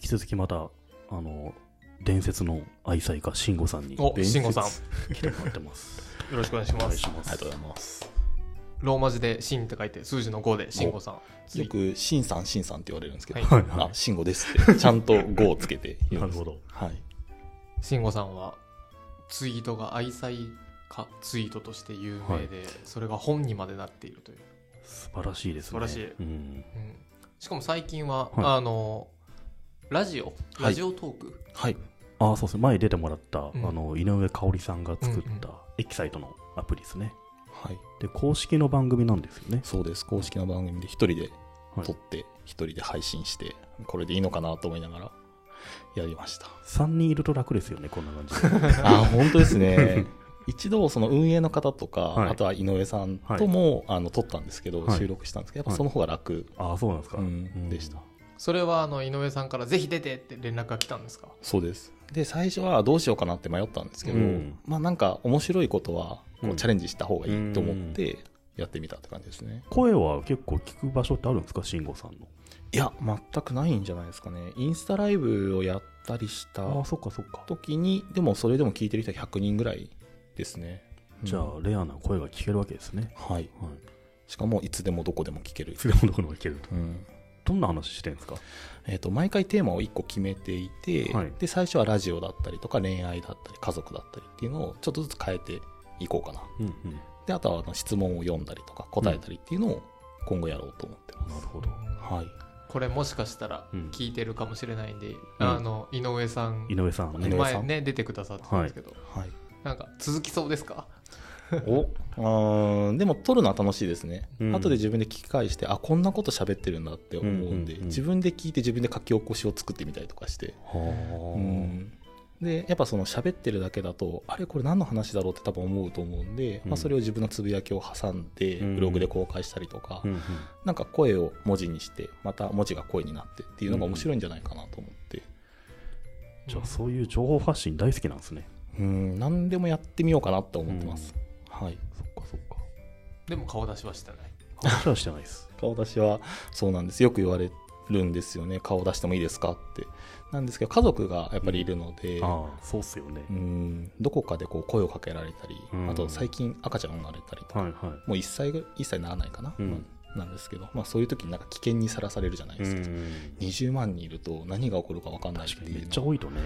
き続きまた、あの、伝説の愛妻家、慎吾さんにお、慎吾さん、よ来てもらってます。ろしくお願い しお願まいすし。ます。ありがとうございます。ローマ字でシンって書いて、数字の5で慎吾さん。よく、しんさん、しんさんって言われるんですけど、はいはいあ、しんごですって、ちゃんと5をつけて言うなんるですほ。ど。はい。慎吾さんは、ツイートが愛妻家ツイートとして有名で、それが本にまでなっているという。素晴らしいですね。素晴らしいうん。うんしかも最近は、はあの、ラジオ、いラジオトーク。はい。ああ、そうですね。前出てもらった、んあの、井上香織さんが作っうんうんた、エキサイトのアプリですね。はい。で、公式の番組なんですよね。そうです。公式の番組で一人で撮って、一人で配信して、これでいいのかなと思いながら、やりました。 3人いると楽ですよね、こんな感じ で。あ本当ですね一度その運営の方とか、はいあとは井上さんとも、あの撮ったんですけど、はい収録したんですけどやっぱその方が楽、ああ、そうなんですか。うんうんでしたそれは、あの、井上さんから、ぜひ出てって連絡が来たんですかそうですで最初はどうしようかなって迷ったんですけど、うんまあなんか面白いことはこうんうチャレンジした方がいいと思ってやってみたって感じですね、声は結構聞く場所ってあるんですか、慎吾さんの。いや全くないんじゃないですかねインスタライブをやったりしたああ、そっかそっか。時にでもそれでも聞いてる人は100人ぐらいですねじゃあうん、レアな声が聞けるわけですね。はいはい。しかもいつでもどこでも聞けるい、つでもどこでも聞けると。うん、どんな話してんですかえー、と毎回テーマを1個決めていて、はいで最初はラジオだったりとか恋愛だったり家族だったりっていうのをちょっとずつ変えていこうかなうんうん。なであとはあの質問を読んだりとか答えたりっていうのを今後やろうと思ってます、るほど。はいこれもしかしたらうん聞いてるかもしれないんで、あの井上さん井上さんね 井。上さ前んね出てくださってたんですけど、はいなんか続きそうですかおあーでも撮るのは楽しいですね、うん後で自分で聞き返してあこんなこと喋ってるんだって思うんで、うんうんうん自分で聞いて自分で書き起こしを作ってみたりとかしてはあ。うんでやっぱその喋ってるだけだとあれこれ何の話だろうって多分思うと思うんで、うんまあ、それを自分のつぶやきを挟んでうんブログで公開したりとか、うんうんなんか声を文字にしてまた文字が声になってっていうのが面白いんじゃないかなと思って、じゃあ、そういう情報発信大好きなんですね。うん、何でもやってみようかなと思ってます、はい、そっかそっか。でも顔出しはしてない話はしてない です。顔出しはそうなんですよく言われるんですよね顔出してもいいですかってなんですけど家族がやっぱりいるので、ああ、そうっすよねう。んどこかでこう声をかけられたり、うんあと最近赤ちゃん生まれたりとかはいはい。もう1歳ぐ1歳ならないかな、うんなんですけど、まあ、そういう時になんか危険にさらされるじゃないですか、20万人いると何が起こるか分かんないっ確てかいうにめっのちゃ多いとね、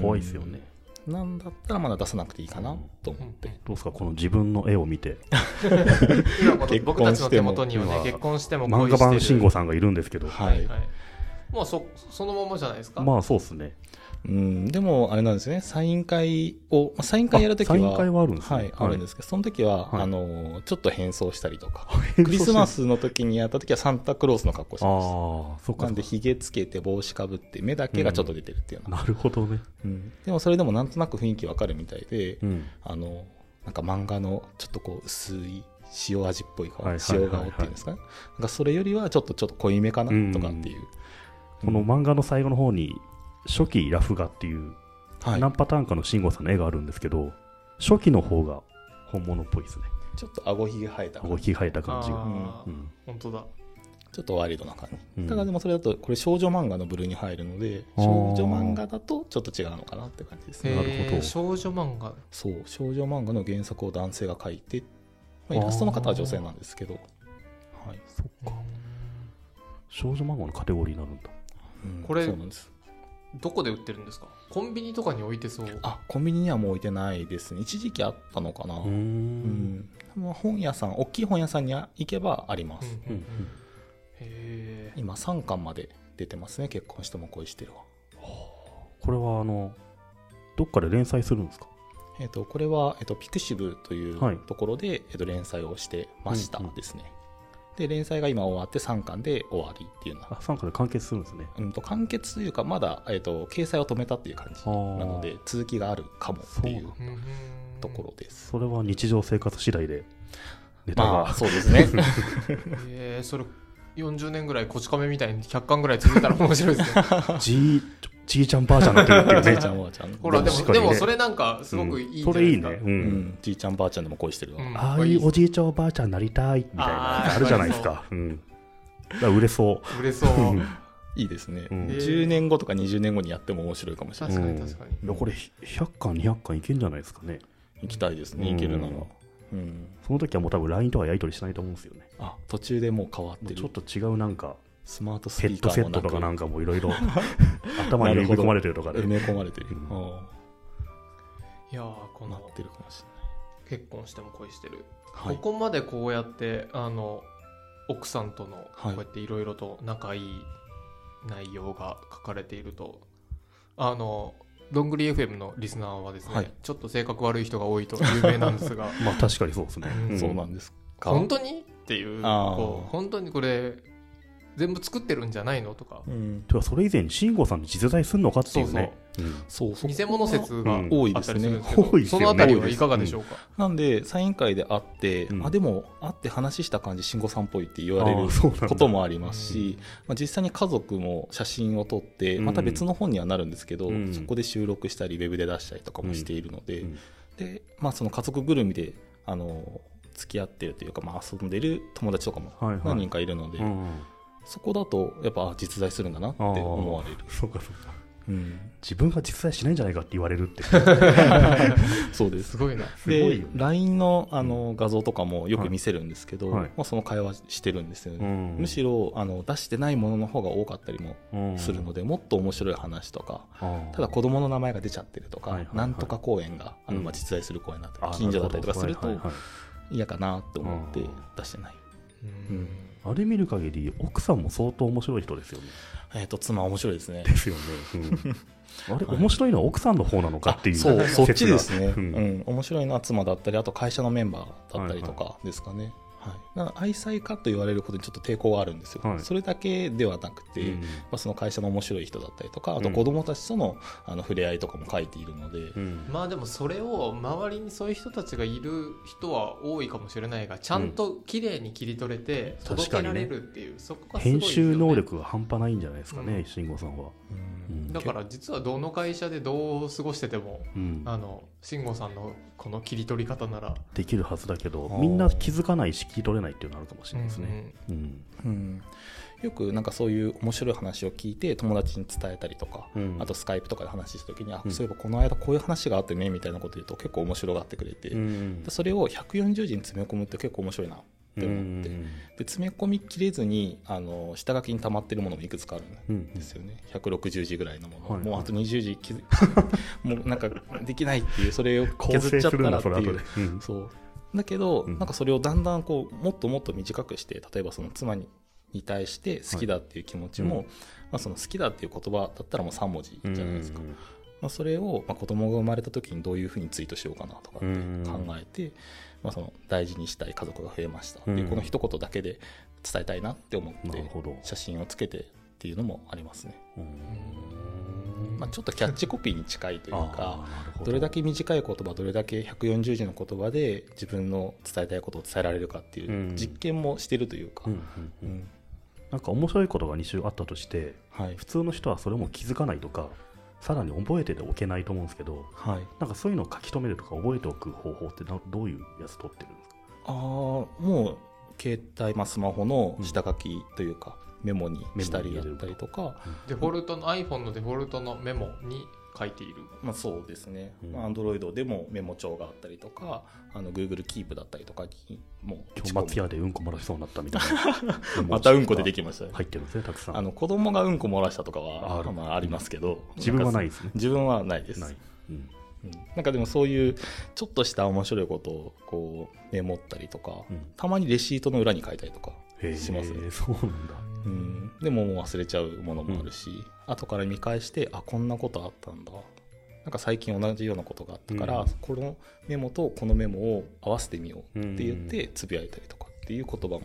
怖いですよね。なんだったらまだ出さなくていいかなと思って、どうですか、この自分の絵を見て、今この結婚僕たちの手元にはしてもね結婚しても漫恋画してる版慎吾さんがいるんですけど、は、はいい、はい、もうそそのままじゃないですか、 まあそうっすね。うん、でもあれなんですよねサイン会を、まあサイン会やるときはあサイン会はあるんですねはい、あるんですけどその時は、はいあのちょっと変装したりと かクリスマスの時にやった時はサンタクロースの格好してましたああ、そっかな。んでひげつけて帽子かぶって目だけがちょっと出てるっていうような、なるほどね。うんでもそれでもなんとなく雰囲気わかるみたいで、うん。あの、なんか漫画のちょっとこう薄い塩味っぽい顔、はいはいはい塩顔っていうんですかね。なんかそれよりはちょっとちょっと濃いめかなとかっていう。この漫画の最後の方に、初期ラフ画っていう、はい、何パターンかの慎吾さんの絵があるんですけど、初期の方が本物っぽいですね。ちょっと顎ひげ生えたこう、ひが生えた感じあが。ーうん本当だちょっとワイルドな感うんじ。ただでもそれだと、これ少女漫画の部類に入るので、あー少女漫画だとちょっと違うのかなって感じですね。なるほどえー少女漫画そう、少女漫画の原作を男性が書いて、まあ、イラストの方は女性なんですけど、はい。そっか。少女漫画のカテゴリーになるんだ。うんこれそうなんです。どこで売ってるんですかコンビニとかに置いてそうあ、コンビニにはもう置いてないですね。一時期あったのかな。うーん。まあ本屋さん大きい本屋さんに行けばありまうんす、うんううんんへえ今3巻まで出てますね結婚しても恋してるわこれは、あの、どっかで連載するんですかえっ、とこれは、えっとピクシブといはいうところで、えっと連載をしてましたうんうんですね、で連載が今終わって3巻で終わりっていうのあは、、 3巻で完結するんですね。うん、と完結というかまだ、えっと掲載を止めたっていう感じあなーので続きがあるかもっていうそううんうんところですそれは日常生活次第で、ネタまがあ。そうですね へえそれ40年ぐらいこち亀みたいに100巻ぐらい続いたら面白いですね じい、じいちゃんばあちゃんになってるっ ていう じねいちゃんばあちゃんほら、でも、確かでにねもそれなんか、すごくいいんじゃそないれいいですか。ね。うんじいちゃんばあちゃんでも恋してるわ、うんああいうおじいちゃんおばあちゃんになりたいみたいなあーあるじゃないですか。うん。だから売れそう。売れそう。いいですね、うんえー10年後とか20年後にやっても面白いかもしれな確い、かうんに確かにいやこれ100巻200巻いけんじゃないですかね行きたいですねうん行けるなら、うん、その時はもう多分 LINE とかやり取りしないと思うんですよねあ途中でもう変わっもてうるちょっと違うなんかスマートスヘピーッカドセーッ もなトくとかなんかもいろいろ頭に埋め込まれてるとかで埋め込まれてる、うんあいやーこあなのってるかもしれない結婚しても恋してる、はいここまでこうやってあの奥さんとのこはいうやっていろいろと仲いい内容が書かれているとあのどんぐり FM のリスナーはですね、はいちょっと性格悪い人が多いと有名なんですがまあ確かにそうですね、うんそうなんですか、本当にっていうあーこう本当にこれ全部作ってるんじゃないのとかうんてかそれ以前に慎吾さんに実在するのかっていうねそうそこ偽物説がうん多いあでったすりするんねですけど、多いですよそねのあたりはいかがでしょうか、なんでサイン会で会って、うんあでも会って話した感じ慎吾さんっぽいって言うんわれるあーそうなんだこともありますし、まあ、実際に家族も写真を撮ってうんまた別の本にはなるんですけど、うんそこで収録したりウェブで出したりとかもしているので,、うんでまあ、その家族ぐるみであの付き合ってるというか、まあ、遊んでる友達とかもはいはい何人かいるので、うんそこだとやっぱあ実在するんだなって思われる、そうかそうかうん自分が実在しないんじゃないかって言われるってそうですすごいなすごいでよね LINE のあの画像とかもよく見せるんですけど、はいはいまあ、その会話してるんですよね、 むしろろあの出してないものの方が多かったりもするので、もっと面白い話とかただ子供の名前が出ちゃってるとか、はいはいはいなんとか公園があの、うんまあ、実在する公園だったり近所だったりとかすると嫌かなと思ってうん出してない、うんあれ見る限り奥さんも相当面白い人ですよねえっ、と妻面白いですねですよね、 うんあれ、はい面白いのは奥さんの方なのかっていうあそうそっち説がですね、ううんん面白いのは妻だったりあと会社のメンバーだったりとかですかね、はいだから愛妻家と言われることにちょっと抵抗があるんですよ、はいそれだけではなくて、うんまあ、その会社の面白い人だったりとかあと子供たちとの,、あの触れ合いとかも書いているので、うんまあでもそれを周りにそういう人たちがいる人は多いかもしれないがちゃんと綺麗に切り取れてうん届けられるっていう、そこがすごい編ですよね集能力が半端ないんじゃないですかうね、ん慎吾さんは。うんだから実はどの会社でどう過ごしててもうんあの慎吾さんのこの切り取り方なら、できるはずだけど、あーみんな気づかないし、聞き取れないっていうのあるかもしれないですね。うんうんよくなんかそういう面白い話を聞いて友達に伝えたりとか、うんあとスカイプとかで話した時に、あうんそういえばこの間こういう話があってねみたいなこと言うと結構面白がってくれて、うんでそれを140字に詰め込むって結構面白いなって思って、で詰め込みきれずにあの下書きに溜まってるものもいくつかあるうんんですよね160字ぐらいのもの、はいもうあと20字き もうなんかできないっていうそれを構削成っちゃっすたるんらだ、ってそれい後うで。うんそうだけど、うんなんかそれをだんだんこうもっともっと短くして例えばその妻にに対して好きだっていう気持ちも、はいまあ、その好きだっていう言葉だったらもう3文字じゃないですか、うんまあ、それをまあ子供が生まれた時にどういうふうにツイートしようかなとかって考えて、まあ、その大事にしたい家族が増えましたっていううんこの一言だけで伝えたいなって思っなるてほど。写真をつけてっていうのもありますね、うんまあ、ちょっとキャッチコピーに近いというかあーなるほどれだけ短い言葉どれだけ140字の言葉で自分の伝えたいことを伝えられるかってういんう実験もしてるというか、うんうんううんんなんか面白いことが2週あったとして、はい普通の人はそれも気づかないとか、さらに覚えておけないと思うんですけど、はい、なんかそういうのを書き留めるとか覚えておく方法ってなどういうやつ取ってるんですかああもう携帯、まあ、スマホの下書きというか、メモにしたりだったりとか、デフォルトの iPhone のデフォルトのメモに書いているまあ、そうですねうん、まあ、Android でもメモ帳があったりとかあの Google キープだったりとかにも今日松込む屋でうんこ漏らしそうになったみたいな またうんこ出てききましたね、入ってるんですねたくさんあの子供がうんこ漏らしたとかはあるまあ、ありますけど自分はないいですね自分はないですない、うんうんなんかでもそういうちょっとした面白いことをこうメモったりとか、うんたまにレシートの裏に書いたりとかへえしますね、そうなんだうん、でももう忘れちゃうものもあるし、後から見返してあこんなことあったんだなんか最近同じようなことがあったから、うんこのメモとこのメモを合わせてみようって言っうんうんてつぶやいたりとかっていう言葉も、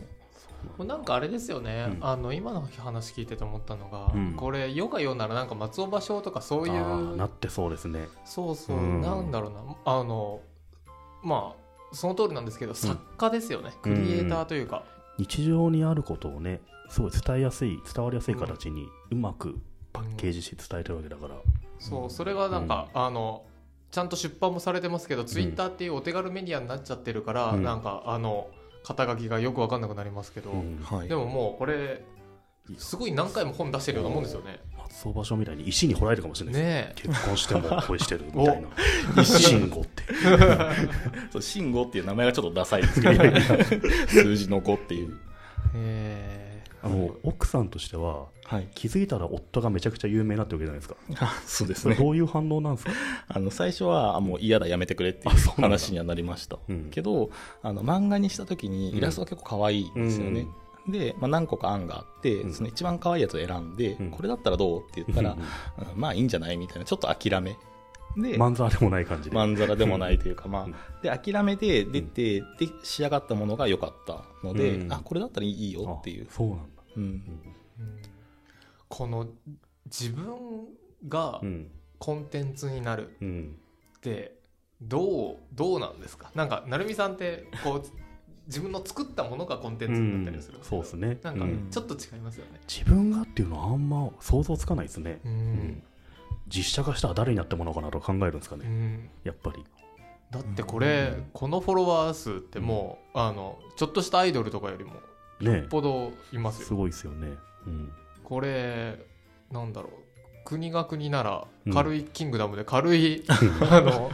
もうなんかあれですよね、うんあの今の話聞いてて思ったのが、うんこれヨガ言うならなんか松尾芭蕉とかそういあーうなってそうですねそうそう、うんなんだろうなあのまあその通りなんですけど作家ですよね、クリエイターというか、日常にあることをねすごい伝えやすい伝わりやすい形にうまくパッケージして伝えてるわけだから、そうそれがなんか、あのちゃんと出版もされてますけど、ツイッターっていうお手軽メディアになっちゃってるから、うんなんかあの肩書きがよく分かんなくなりますけど、うんはいでももうこれすごい何回も本出してるようなもんですよね松尾場所みたいに石に掘られるかもしれないです、ね結婚しても恋してるみたいなえ慎吾ってそう慎吾っていう名前がちょっとダ サいですけど数字の5っていうえあの奥さんとしてははい気づいたら夫がめちゃくちゃ有名になってるわけじゃないですかあ そうですそれねどういう反応なんですか、 あの最初はあもう嫌だやめてくれっていあそううなんだ話にはなりましたうんけどあの漫画にした時にイラストが結構可愛いんですよね、で、まあ、何個か案があって、うんその一番可愛いやつを選んで、うんこれだったらどうって言ったら、うんまあいいんじゃないみたいなちょっと諦めでまんざらでもない感じで、まんざらでもないというか、まうんあ、で諦めて出て、で仕上がったものが良かったので、うんあこれだったらいいよっていうあ、そうなんだ、うん、うんこの自分がうんコンテンツになるうんうんってどうどうなんですかなんか成美さんってこう自分の作ったものがコンテンツになったりする、うんそうですねなんかうんちょっと違いますよね、自分がっていうのはあんま想像つかないですね、ううんん実写化したら誰になってもらおうかなとか考えるんですかね、うんやっぱりだってこれ、うんこのフォロワー数ってもう、あのちょっとしたアイドルとかよりもよねっぽどいますよすごいですよね、うん、これなんだろう国が国ならうん軽いキングダムで軽い、あの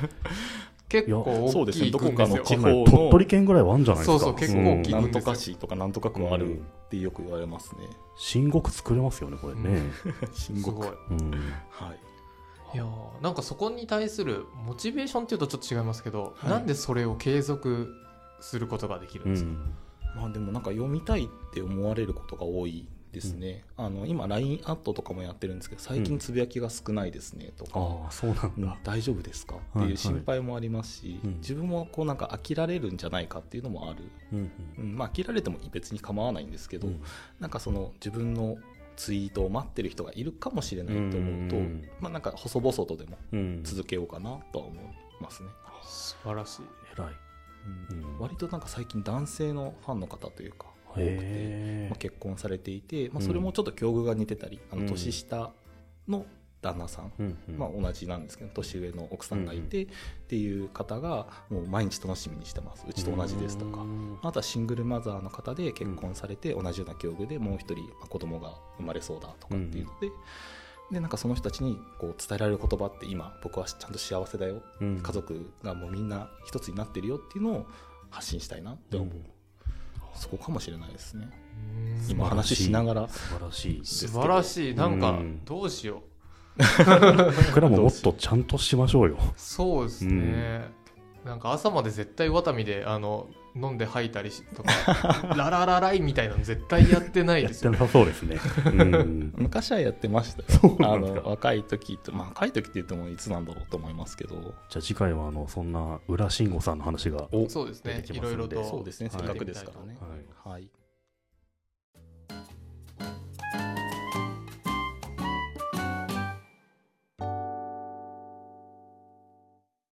結構そう大ですきねいど軍でこかすのよ地今方の鳥取県ぐらいはあるんじゃないですかそうそう結構大きいなうんんとか市とかなんとか区はあうるっんてよく言われますね、新国作れますよねこれね、深す刻ごいうんはいいやーなんかそこに対するモチベーションっていうとちょっと違いますけど、はいなんでそれを継続することができるんうですか、んまあでもなんか読みたいって思われることが多いですね、あの今 LINE アットとかもやってるんですけど最近つぶやきが少ないですねとか、ああそうなんうんだ、大丈夫ですかってはいいはうい心配もありますし、うん自分もこうなんか飽きられるんじゃないかっていうのもある、うんうんうんまあ、飽きられても別に構わないんですけど、うんなんかその自分のツイートを待ってる人がいるかもしれないと思うと、うんうんうんまあ、なんか細々とでもうん続けようかなとは思いますね、素晴らしい偉いうんうん割となんか最近男性のファンの方というか多くて、へまあ、結婚されていて、まあ、うんそれもちょっと境遇が似てたり、あうんの年下の旦那さんえ、うんうんまあ、同じなんですけど年上の奥さんがいてっていう方がもう毎日楽しみにしてますうちと同じですとかうんあとはシングルマザーの方で結婚されて同じような境遇でもう一人まあ子供が生まれそうだとかっていうのででなんかその人たちにこう伝えられる言葉って今僕はちゃんと幸せだようん家族がもうみんな一つになってるよっていうのを発信したいなって思ううんそこかもしれないですねうん今話しながら素晴らしい素晴らしいなんかうんどうしよう僕らももっとちゃんとしましょうよそうですね、なんか朝まで絶対ワタミであの飲んで吐いたりし とかラララライみたいなの絶対やってないやでっすてよなさそうですねうん昔はやってましたよあの若い時って、まあ、若い時って言ってもいつなんだろうと思いますけどじゃあ次回はあのそんな浦慎吾さんの話がそうです出ねてきいますろいんろでとそうですねはせいっかくですからね、はい